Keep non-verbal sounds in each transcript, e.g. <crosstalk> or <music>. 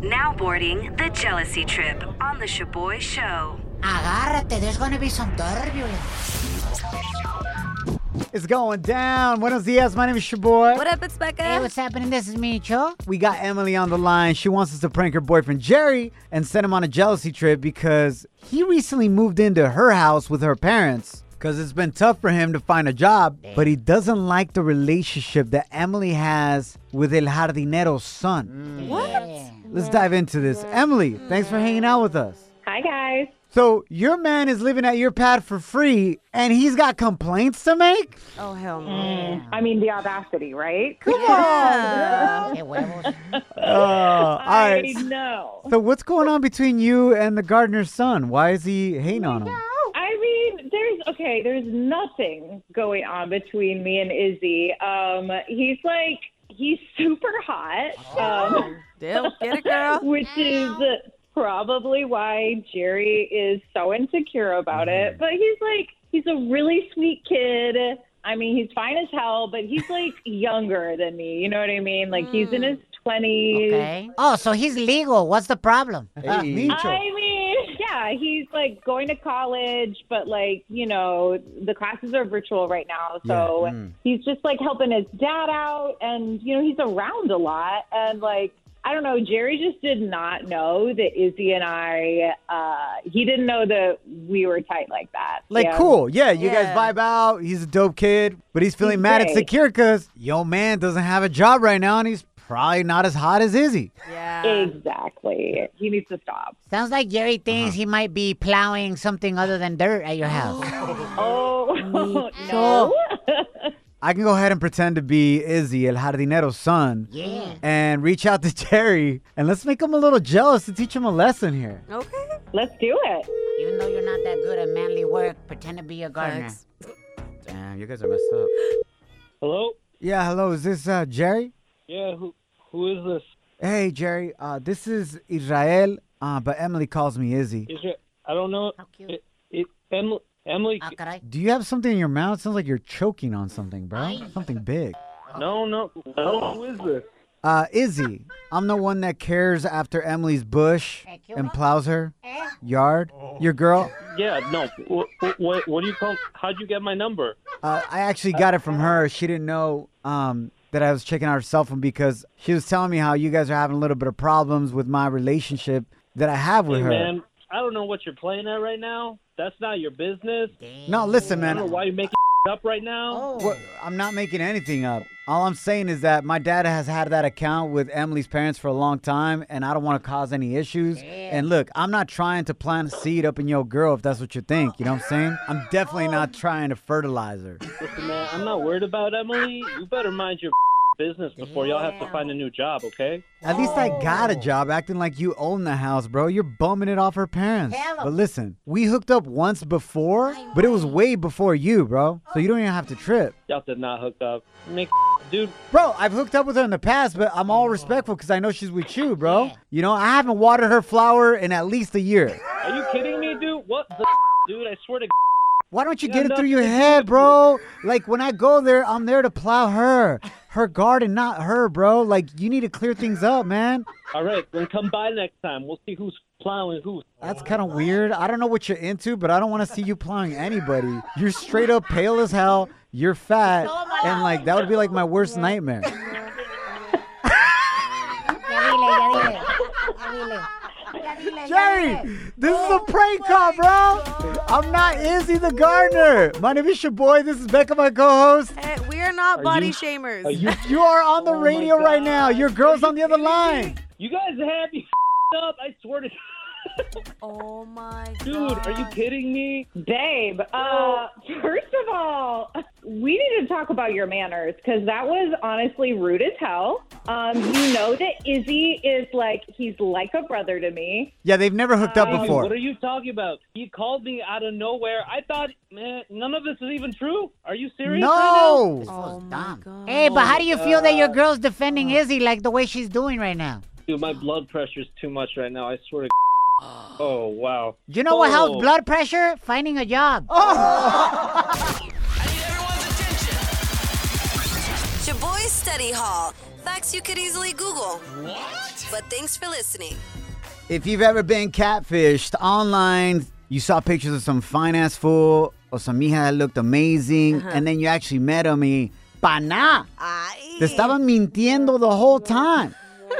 Now boarding the jealousy trip on the Shaboy Show. Agárrate, there's gonna be some turbulence. It's going down. Buenos dias. My name is your boy. What up? It's Becca. Hey, what's happening? This is Micho. We got Emily on the line. She wants us to prank her boyfriend Jerry and send him on a jealousy trip because he recently moved into her house with her parents. Because it's been tough for him to find a job, but he doesn't like the relationship that Emily has with El Jardinero's son. What? Let's dive into this. Emily, thanks for hanging out with us. Hi guys. So, your man is living at your pad for free and he's got complaints to make? Oh, hell no. I mean the audacity, right? Yeah. Qué huevos. Oh, all I right. know. So, what's going on between you and the gardener's son? Why is he hating on him? I mean, there's okay, there's nothing going on between me and Izzy. Um, he's like he's <laughs> super hot. Um, Deal. Get <laughs> it, girl. which is probably why Jerry is so insecure about it. But he's like, he's a really sweet kid. I mean, he's fine as hell, but he's like younger than me. You know what I mean? Like, he's in his 20s. Okay. Oh, so he's legal. What's the problem? Ah, Micho. I mean, yeah, he's like going to college, but like, you know, the classes are virtual right now. So Mm. he's just like helping his dad out and, you know, he's around a lot. And like, I don't know, Jerry just did not know that Izzy and I, uh, he didn't know that we were tight like that. Like, And- cool. Yeah, you Yeah. guys vibe out. He's a dope kid, but he's feeling He's mad at gay. Secure because yo man doesn't have a job right now and he's probably not as hot as Izzy. Yeah. Exactly. He needs to stop. Sounds like Jerry thinks he might be plowing something other than dirt at your house. Oh, <laughs> So- no. I can go ahead and pretend to be Izzy, El Jardinero's son, yeah. and reach out to <laughs> Jerry and let's make him a little jealous to teach him a lesson here. Okay. <laughs> Let's do it. Even though you're not that good at manly work, pretend to be a gardener. Thanks. Damn, you guys are messed up. Hello? Yeah, hello, is this uh, Jerry? Yeah, who who is this? Hey, Jerry, uh, this is Israel, uh, but Emily calls me Izzy. Is it I don't know. How cute. It, it, Emily, Emily Ah, caray. Do you have something in your mouth? Sounds like you're choking on something, bro. Something big. no, no, no. Who is this? Uh, Izzy, I'm the one that cares after Emily's bush Thank you. and plows her Eh. yard. Your girl, Yeah, no. What, what what do you call? How'd you get my number? uh, I actually got it from her. She didn't know um, that I was checking out her cell phone because she was telling me how you guys are having a little bit of problems with my relationship that I have with Hey, her. man, I don't know what you're playing at right now. That's not your business. No, listen, I don't know man. why you're making <laughs> up right now. What, I'm not making anything up. All I'm saying is that my dad has had that account with Emily's parents for a long time, and I don't want to cause any issues. And look, I'm not trying to plant a seed up in your girl if that's what you think. You know what I'm saying? I'm definitely not trying to fertilize her. Listen, man, I'm not worried about Emily. You better mind your <laughs> business before y'all have to find a new job, okay? At least I got a job acting like you own the house, bro. You're bumming it off her parents. Hell. But listen, we hooked up once before, but it was way before you, bro. So you don't even have to trip. Y'all did not hook up. Make <laughs> dude. Bro, I've hooked up with her in the past, but I'm all respectful because I know she's with you, bro. You know, I haven't watered her flower in at least a year. Are you kidding me, dude? What the <laughs> dude? I swear to. Why don't you Yeah, get it no, through your it's head, not- bro? Like when I go there, I'm there to plow her, her garden, not her, bro. Like you need to clear things up, man. All right, then come by next time. We'll see who's plowing who. That's kind of weird. I don't know what you're into, but I don't want to see you plowing anybody. You're straight up pale as hell. You're fat, and like that would be like my worst nightmare. Ya dile, ya dile. Ya dile. Ya dile, ya dile. Jerry, this is Oh a prank call, bro. I'm not Izzy the gardener. My name is your boy. This is Becca, my co-host. Hey, we are not body shamers. Are you You are on the Oh my radio right now. God. Your girl's on the other line. you guys have me up? I swear to. <laughs> Oh my god. Dude, are you kidding me? Babe, uh, first of all, we need to talk about your manners because that was honestly rude as hell. Um, you know that Izzy is like, he's like a brother to me. Yeah, they've never hooked up Dude, before. What are you talking about? He called me out of nowhere. I thought, man, none of this is even true. Are you serious? right no. Oh, dumb. God. Hey, but how do you feel that your girl's defending Izzy like the way she's doing right now? now? Dude, my blood pressure's too much right now. I swear to. Oh wow. You know what helps Oh. blood pressure? Finding a job. Oh, Shaboy Study Hall. Facts you could easily Google. What? But thanks for listening. If you've ever been catfished online, you saw pictures of some fine ass fool or some hija that looked amazing, Uh-huh. and then you actually met him y pa' nada. Ay. Te estaban mintiendo the whole time.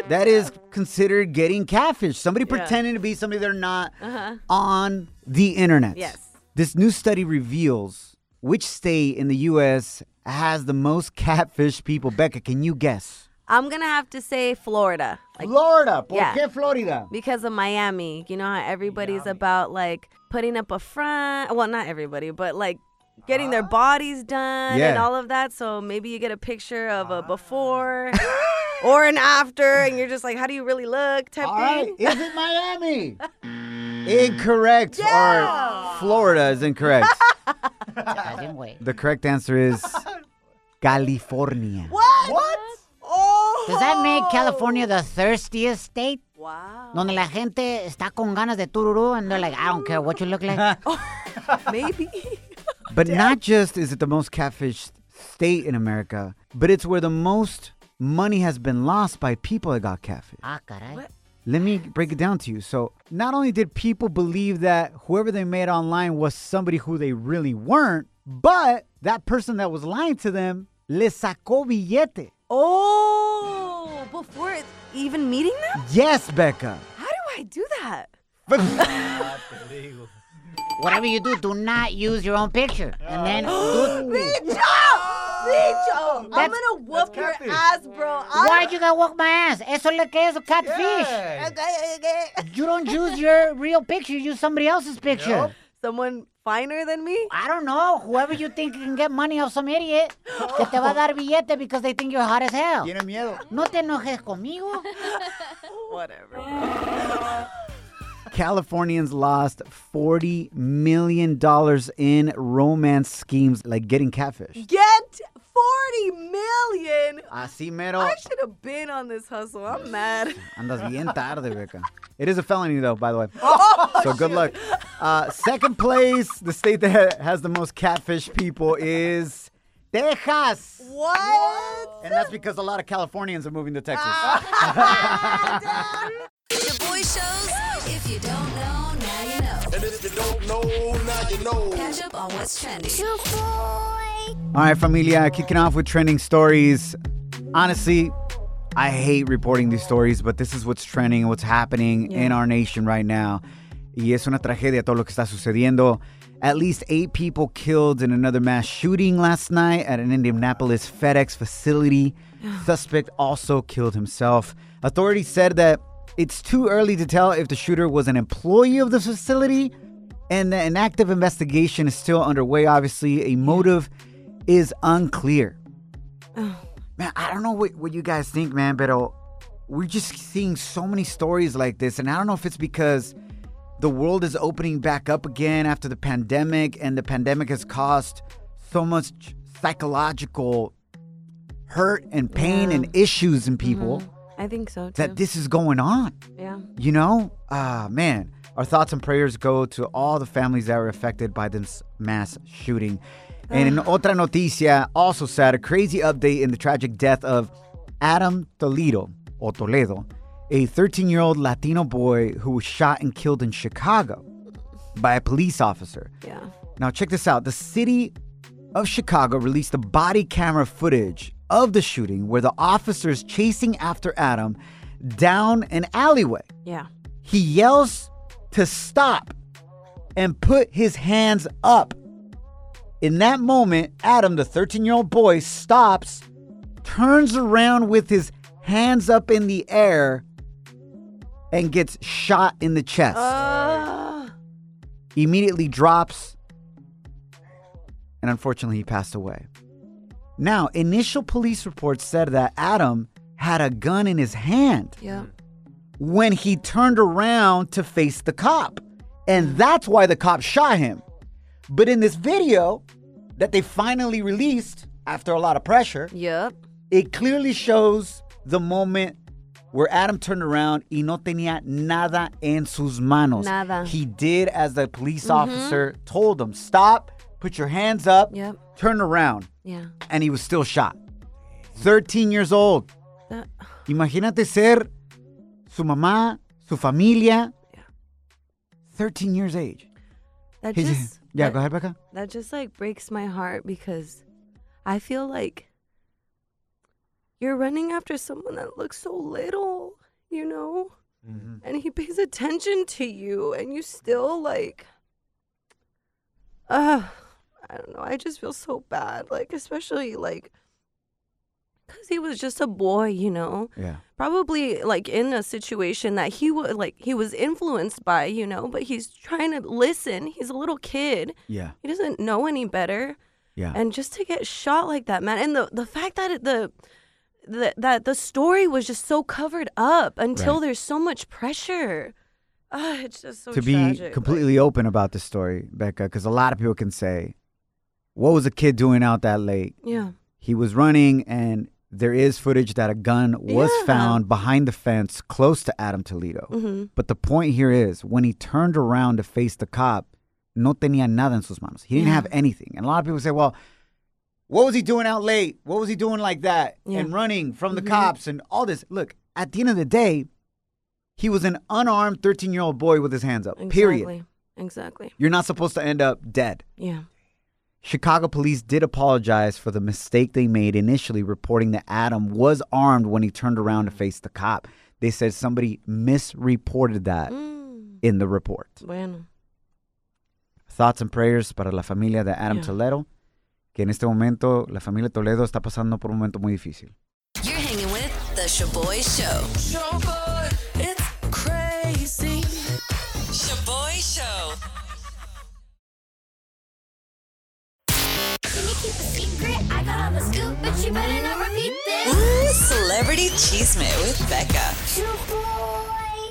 That is considered getting catfish. Somebody pretending to be somebody they're not Uh-huh. on the internet. Yes. This new study reveals which state in the U.S. has the most catfish people. Becca, can you guess? I'm gonna have to say Florida, like Florida. ¿Por Yeah. qué Florida? because of Miami. You know how everybody's about like putting up a front. Well, not everybody, but like getting their bodies done and Yeah. all of that. So maybe you get a picture of a before <laughs> or an after, and you're just like, how do you really look? Type All right. <laughs> thing. Is it <laughs> Miami? incorrect. Or Florida is incorrect. I didn't wait. the correct answer is California. What? What? Oh. Does that make California the thirstiest state? Wow. <laughs> Donde la gente está con ganas de tururú and they're like, I don't care what you look like. Maybe. But not just is it the most catfished state in America, but it's where the most money has been lost by people that got catfish. ah, caray. Let me break it down to you. So, not only did people believe that whoever they met online was somebody who they really weren't, but that person that was lying to them le sacó billete. Oh, before even meeting them? Yes, Becca. How do I do that? Whatever you do, do not use your own picture. And then do. Bitch, oh, bitch, oh, I'm That's- gonna whoop your ass, bro. Why you gotta walk my ass? Eso es lo que es catfish. You don't use your real picture, you use somebody else's picture. Someone finer than me? I don't know. Whoever you think can get money off some idiot, que te va a dar billete because they think you're hot as hell. Tiene miedo. No te enojes conmigo. Whatever. Californians lost $40 million in romance schemes like getting catfish. Get 40 million. Así mero. I should have been on this hustle. I'm mad. Andas bien tarde, Becca. It is a felony, though, by the way. so good luck. Uh, second place, the state that has the most catfish people is Texas. What? And that's because a lot of Californians are moving to Texas. Shaboy shows. If you don't know, now you know. And if you don't know, now you know. Catch up on what's trending. All right, familia, kicking off with trending stories. Honestly, I hate reporting these stories, but this is what's trending and what's happening in our nation right now. Y es una tragedia todo lo que está sucediendo. At least eight people killed in another mass shooting last night at an Indianapolis FedEx facility. Suspect also killed himself. Authorities said that it's too early to tell if the shooter was an employee of the facility and that an active investigation is still underway. Obviously, a motive is unclear. Man, I don't know what, what you guys think, man, but uh, we're just seeing so many stories like this, and I don't know if it's because the world is opening back up again after the pandemic, and the pandemic has caused so much psychological hurt and pain and issues in people I think so too. that this is going on yeah. you know, ah, man, our thoughts and prayers go to all the families that were affected by this mass shooting. And in otra noticia, also sad, a crazy update in the tragic death of Adam Toledo, or Toledo, a 13 year old Latino boy who was shot and killed in Chicago by a police officer. Yeah. Now, check this out. The city of Chicago released the body camera footage of the shooting where the officer is chasing after Adam down an alleyway. Yeah. He yells to stop and put his hands up. In that moment, Adam, the 13 year old boy, stops, turns around with his hands up in the air, and gets shot in the chest. Uh, immediately drops, and unfortunately, he passed away. Now, initial police reports said that Adam had a gun in his hand yeah. when he turned around to face the cop, and that's why the cop shot him. But in this video that they finally released after a lot of pressure, Yep. it clearly shows the moment where Adam turned around y no tenía nada en sus manos. Nada. Mm-hmm. He did as the police officer told him stop, put your hands up, Yep. turn around, Yeah. and he was still shot. 13 years old. That, Imagínate ser su mamá, su familia. 13 years age. that He's- just yeah, that- go ahead, Becca. That just like breaks my heart because I feel like you're running after someone that looks so little, you know? And he pays attention to you and you still like <sighs> uh I don't know. I just feel so bad like especially like cuz he was just a boy, you know? Yeah. probably like in a situation that he would like he was influenced by you know but he's trying to listen he's a little kid Yeah. he doesn't know any better Yeah. and just to get shot like that man and the the fact that it, the the, that the story was just so covered up until Right. there's so much pressure. Ah, it's just so to be tragic. like- completely open about the story, Becca, because a lot of people can say, "What was a kid doing out that late?" yeah, He was running, and there is footage that a gun was Yeah. found behind the fence close to Adam Toledo. Mhm. But the point here is, when he turned around to face the cop, no tenía nada en sus manos. He didn't have anything. And a lot of people say, "Well." What was he doing out late? What was he doing like that? Yeah. Mm-hmm. And running from the cops and all this. Look, at the end of the day, he was an unarmed 13 year old boy with his hands up. Uh, Period. Exactly. Exactly. You're not supposed to end up dead. Yeah. Chicago police did apologize for the mistake they made initially reporting that Adam was armed when he turned around to Mm. face the cop. They said somebody misreported that Mm. in the report. Bueno. Thoughts and prayers para la familia de Adam Yeah. Toledo, que en este momento la familia Toledo está pasando por un momento muy difícil. You're hanging with The Shaboy Show. Shaboy, it's crazy. Shaboy Show. Can you keep a secret? I got all the scoop, but you better not repeat this. Ooh, Celebrity Cheesemate with Becca.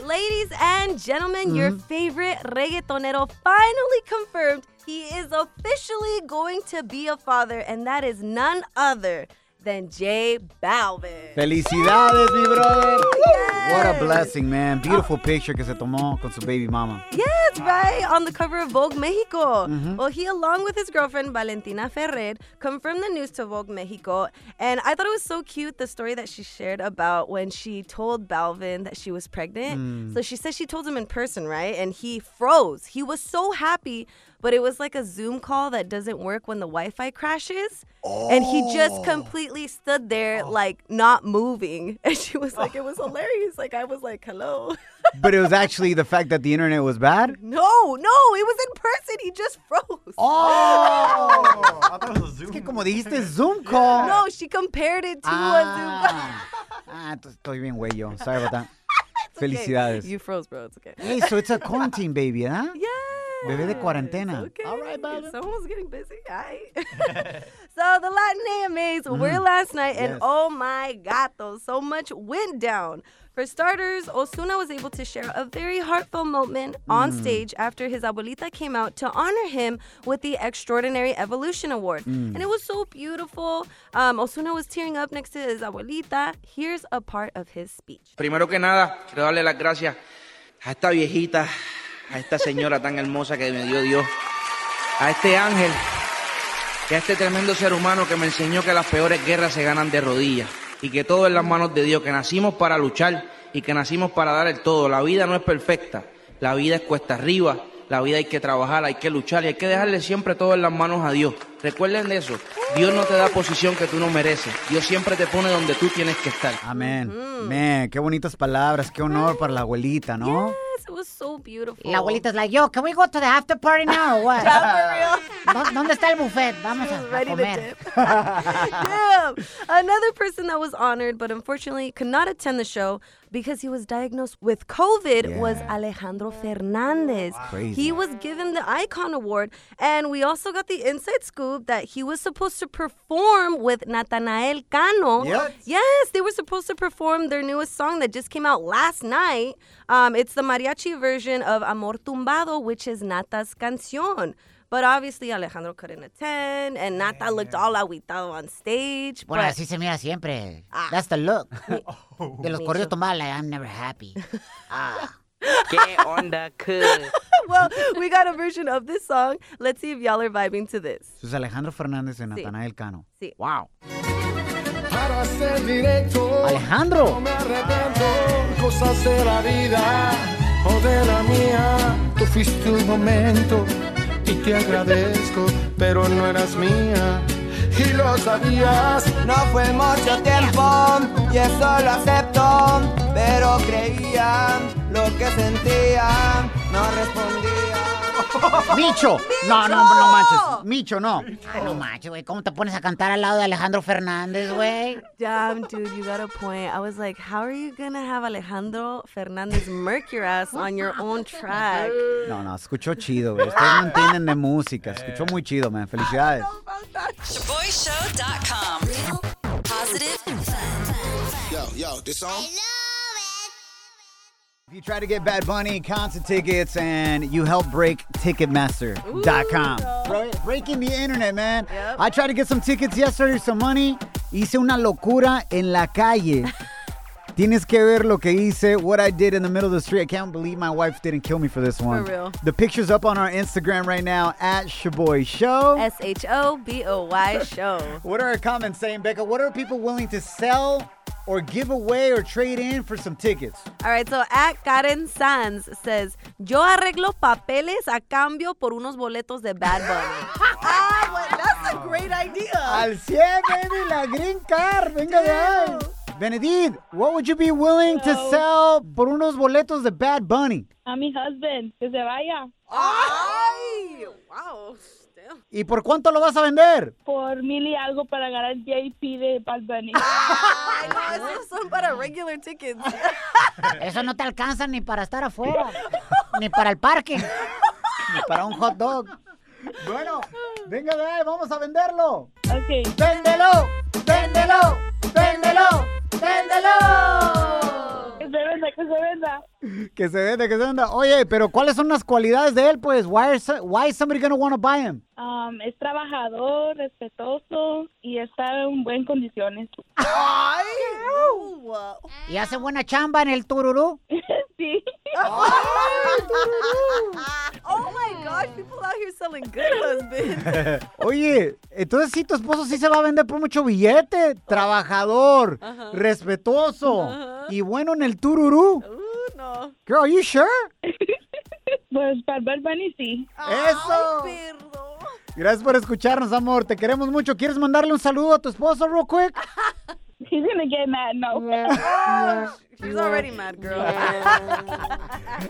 Ladies and gentlemen, your Mm-hmm. favorite reggaetonero finally confirmed he is officially going to be a father, and that is none other than Jay Balvin. Felicidades, mi brother. What a Yes. blessing, man. Beautiful picture que se tomó con su baby mama. Yes, right on the cover of Vogue Mexico. Well, he, along with his girlfriend Valentina Ferrer, confirmed the news to Vogue Mexico, and I thought it was so cute the story that she shared about when she told Balvin that she was pregnant. So she said she told him in person, right? And he froze. He was so happy, but it was like a Zoom call that doesn't work when the Wi-Fi crashes. And he just completely stood there, like not moving. <laughs> And she was like, it was hilarious. Like, I was like, hello. But it was actually the fact that the internet was bad. No, no, it was in person. He just <laughs> froze. Oh! Es que como dijiste Zoom call. No, she compared it to a Zoom. Ah, ah, t- estoy bien güey yo. Sorry about that. Felicidades. <laughs> Okay, You froze, bro. It's okay. Hey, so it's a quarantine baby, ¿eh? huh? Yeah. Bebé de cuarentena. Okay. All right, baby. Someone's getting busy. <laughs> Aye. so the Latin AMAs were last night, Mm. Yes. and oh my gato, so much went down. For starters, Osuna was able to share a very heartfelt moment on Mm. stage after his abuelita came out to honor him with the Extraordinary Evolution Award. Mm. And it was so beautiful. Um, Osuna was tearing up next to his abuelita. Here's a part of his speech. Primero que nada, quiero darle las gracias a esta viejita, a esta señora tan hermosa que me dio Dios, a este ángel y a este tremendo ser humano que me enseñó que las peores guerras se ganan de rodillas y que todo en las manos de Dios, que nacimos para luchar y que nacimos para dar el todo. La vida no es perfecta, la vida es cuesta arriba, la vida hay que trabajar, hay que luchar y hay que dejarle siempre todo en las manos a Dios. Recuerden eso, Dios no te da posición que tú no mereces, Dios siempre te pone donde tú tienes que estar. Amén. Man, qué bonitas palabras. Qué honor para la abuelita, ¿no? Yes, it was so beautiful. La abuelita's like, yo, can we go to the after party now or <laughs> what? For real. <laughs> ¿Dó- ¿Dónde está el buffet? Vamos a, a ready to comer. dip. Damn. Another person that was honored but unfortunately could not attend the show because he was diagnosed with COVID was Alejandro Fernandez. He was given the Icon Award, and we also got the inside scoop that he was supposed to perform with Natanael Cano. What? Yes, they were supposed to perform their newest song that just came out last night. Um, it's the mariachi version of Amor Tumbado, which is Nata's canción. But obviously Alejandro couldn't attend, and Nata looked all aguitado on stage. Bueno, but- así se mira siempre. That's the <laughs> look. De los Ah. Oh. Me corridos too. tumbados, like, I'm never <laughs> happy. Ah. ¿Qué onda, cuz? well, we got a version of this song. Let's see if y'all are vibing to this. Eso es Alejandro Fernández y Natanael Cano. Sí. Wow. Alejandro. No fue mucho tiempo y eso lo acepto, pero creía lo que sentía, no respondía. Micho. No, no, no manches. Micho, no. Ah, no manches, güey. ¿Cómo te pones a cantar al lado de Alejandro Fernández, güey? Damn, dude, you got a point. I was like, how are you gonna have Alejandro Fernandez murk your ass on your own track? No, no, escuchó chido, güey. Ustedes no entienden de música. Escuchó muy chido, man. Felicidades. ShaboyShow.com. Positive Yo, yo, this song? If you try to get Bad Bunny concert tickets and you help break Ticketmaster.com. Bro, breaking the internet, man. I tried to get some tickets yesterday, some money. Hice una locura en la calle. Tienes que ver lo que hice, what I did in the middle of the street. I can't believe my wife didn't kill me for this one. real. The picture's up on our Instagram right now at Shaboy Show. <laughs> S H O B O Y show. What are our comments saying, Becca? What are people willing to sell or give away or trade in for some tickets? All right, so at Karen Sanz says, Yo arreglo papeles a cambio por unos boletos de Bad <laughs> Bunny. ah, well, that's a great idea. Al 100, baby, la green card. Venga de ahí. Benedict, what would you be willing to sell por unos boletos de Bad Bunny? A mi husband, que se vaya Ay, wow. Damn. ¿Y por cuánto lo vas a vender? por mil y algo para ganar JP de Bad Bunny. <laughs> I know, esos son para regular <laughs> tickets. Eso no te alcanza ni para estar afuera, ni para el parque. Para un hot dog. Bueno, venga de ahí, vamos a venderlo. Ok. ¡Véndelo! ¡Véndelo! ¡Véndelo! ¡Véndelo! Que se venda, que se venda. Que se venda, que se venda. Oye, pero ¿cuáles son las cualidades de él, pues? Why, are so- why is somebody gonna wanna buy him? Um, es trabajador, respetuoso y está en buenas condiciones. Y hace buena chamba en el tururú. Sí. Oh my gosh, people out here selling good <laughs> husbands. <laughs> Oye, entonces sí, tu esposo sí se va a vender por mucho billete. Trabajador, respetuoso y bueno en el tururú. Ooh, no. Girl, are you sure? Pues para Bad Bunny sí. Eso. Perdón. Gracias por escucharnos, amor. Te queremos mucho. ¿Quieres mandarle un saludo a tu esposo real quick? He's gonna get mad, no. She's already mad, girl.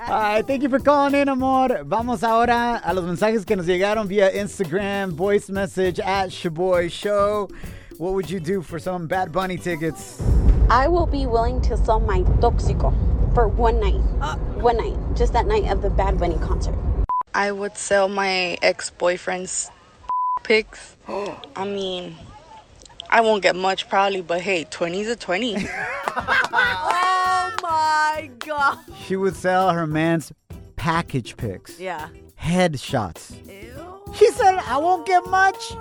Ay, thank you for calling in, amor. Vamos ahora a los mensajes que nos llegaron vía Instagram, voice message at Shaboy Show. What would you do for some Bad Bunny tickets? I will be willing to sell my tóxico for one night. Ah. one night. Just that night of the Bad Bunny concert. I would sell my ex boyfriend's <laughs> pics. I mean, I won't get much probably, but hey, 20's a 20. Oh my god. She would sell her man's package pics, Yeah. headshots. Ew. She said, I won't get much.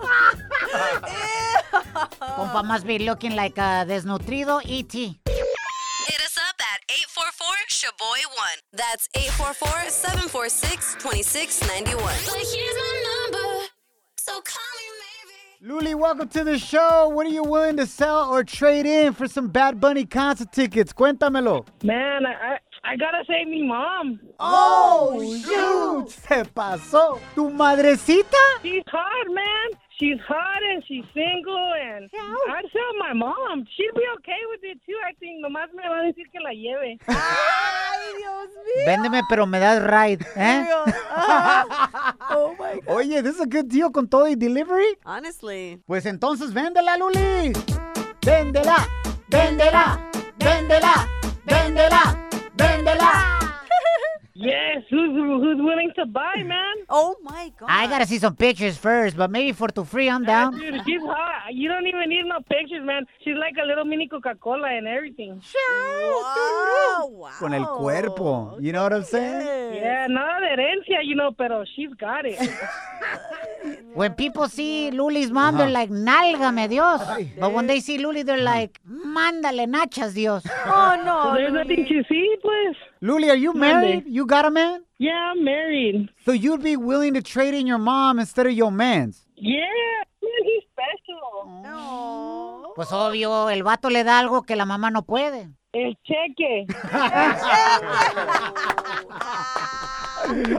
Compa must be looking like a desnutrido E E.T. Hit us up at 844 Shaboy 1. That's 844 746 2691. here's my number. So call me, maybe. Luli, welcome to the show. What are you willing to sell or trade in for some Bad Bunny concert tickets? Cuéntamelo. Man, I, I, I gotta say mi mom. Oh, shoot. Se pasó. ¿Tu madrecita? She's hot, man. She's hot and she's single and I'd sell my mom. She'd be okay with it too. I think nomás me va a decir que la lleve. Ay, Dios <laughs> mío. Véndeme, pero me das ride, ¿eh? Ah. oh my god. Oye, this is a good deal con todo y delivery. <laughs> Honestly. Pues entonces véndela, Luli. Véndela, véndela, véndela, véndela. who's who's willing to buy, man? Oh my god! I gotta see some pictures first, but maybe for two free, I'm down. Dude, she's hot. You don't even need no pictures, man. She's like a little mini Coca Cola and everything. Wow, Con Oh, el cuerpo. You know what I'm saying? Yeah, nada de herencia, you know, pero she's got it. When people see Luli's mom, they're like, nálgame Dios. But when they see Luli, they're like, mándale nachas Dios. Oh, no. There's nothing to see, pues. Luli, are you married? You got a man? Yeah, I'm married. So you'd be willing to trade in your mom instead of your man's? Yeah, man, he's special. Pues obvio, el vato le da algo que la mamá no puede. El Eh, cheque.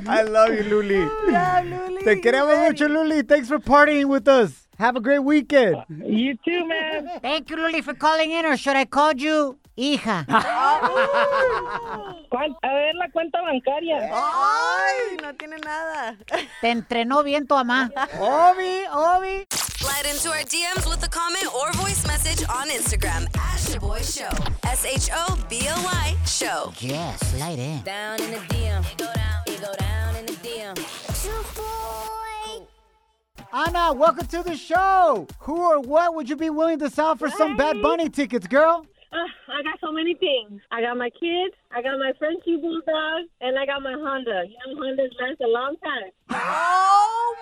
I love you, Luli. Te queremos mucho, Luli. Thanks for partying with us. Have a great weekend. You too, man. Thank you, Luli, for calling in, or should I call you hija? Ah. ¿Cuál- A ver la cuenta bancaria. Ay, no tiene nada. Te entrenó bien tu mamá. Obi, Obi. Slide into our DMs with a comment or voice message on Instagram at Shaboy Show. S H O B O Y Show. Yes, slide in. Down in the DM. You go down. You go down in the DM. Anna, welcome to the show. Who or what would you be willing to sell for some Bad Bunny tickets, girl? Uh, I got so many things. I got my kids, I got my Frenchie Bulldog, and I got my Honda. You know, Hondas last a long time. Oh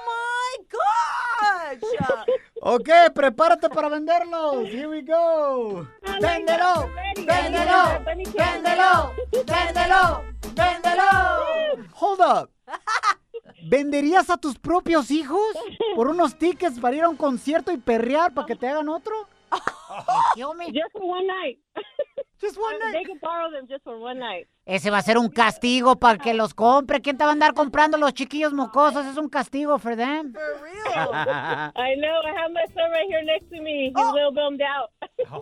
my gosh! Okay, prepárate para venderlos. Here we go. Véndelo, véndelo, véndelo, véndelo, véndelo. Hold up. ¿Venderías a tus propios hijos por unos tickets para ir a un concierto y perrear para que te hagan otro? Yo me- Just for one night. Just one They night. can borrow them just for one night. Ese va a ser un castigo para que los compre. ¿Quién te va a andar comprando los chiquillos mocosos? Es un castigo for them. For real? I know. I have my son right here next to me. He's a little bummed out.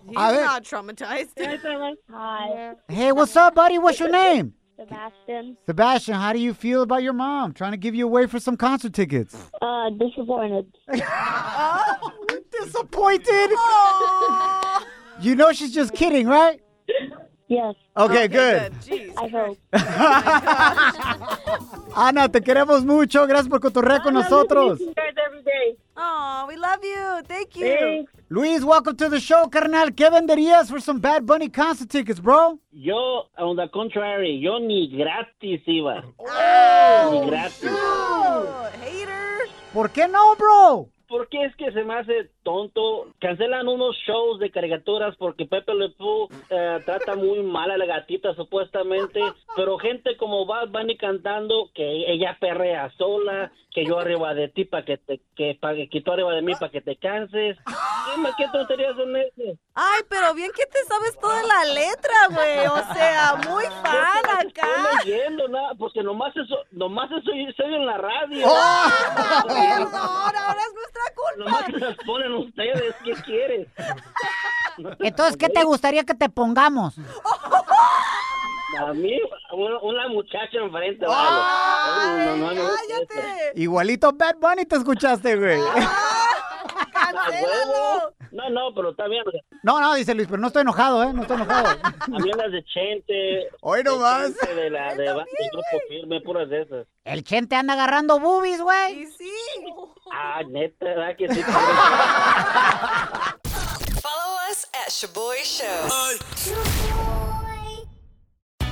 He's A ver. not traumatized. That's all right. Hi, Hey, what's up, buddy? What's your name? Sebastian. Sebastian, how do you feel about your mom trying to give you away for some concert tickets? Uh, disappointed. <laughs> Disappointed. You know she's just kidding, right? Yes, Okay, good. Jeez. I hope. Ana, te queremos mucho. Gracias por cotorrear con nosotros. You guys every day. Oh, we love you. Thank you. Thanks. Luis, welcome to the show, carnal. ¿Qué venderías for some Bad Bunny concert tickets, bro? Yo, on the contrary, yo ni gratis iba. ni gratis. Oh, hater. ¿Por qué no, bro? Porque es que se me hace tonto. Cancelan unos shows de caricaturas porque Pepe Le Pew eh, trata muy mal a la gatita supuestamente. Pero gente como Bad Bunny cantando que ella perrea sola, que yo arriba de ti para que te que, pa- que tú arriba de mí para que te canses. ¿Qué, ma- qué tonterías son esas? Ay, pero bien que te sabes toda la letra, güey. O sea, muy fan No acá. leyendo nada, porque nomás eso, nomás eso yo- soy en la radio. ¡Oh! Perdón, ahora es nuestra Nomás culpa. se las ponen ustedes, ¿qué quieres? Entonces, ¿qué te gustaría que te pongamos? A mí, una, una muchacha enfrente. vale. No, no, este, no, no, Cállate. Igualito Bad Bunny te escuchaste, <laughs> güey. Cancélalo. No, no, pero está bien. o sea, No, no, dice Luis, pero no estoy enojado, ¿eh? No estoy enojado. A mí las de Chente. Hoy de nomás. Chente, De la de, ba- de grupo firme, puras de esas. El chente anda agarrando boobies, güey. Y sí. Ah, neta, ¿verdad que sí? Follow us at Shaboy Show.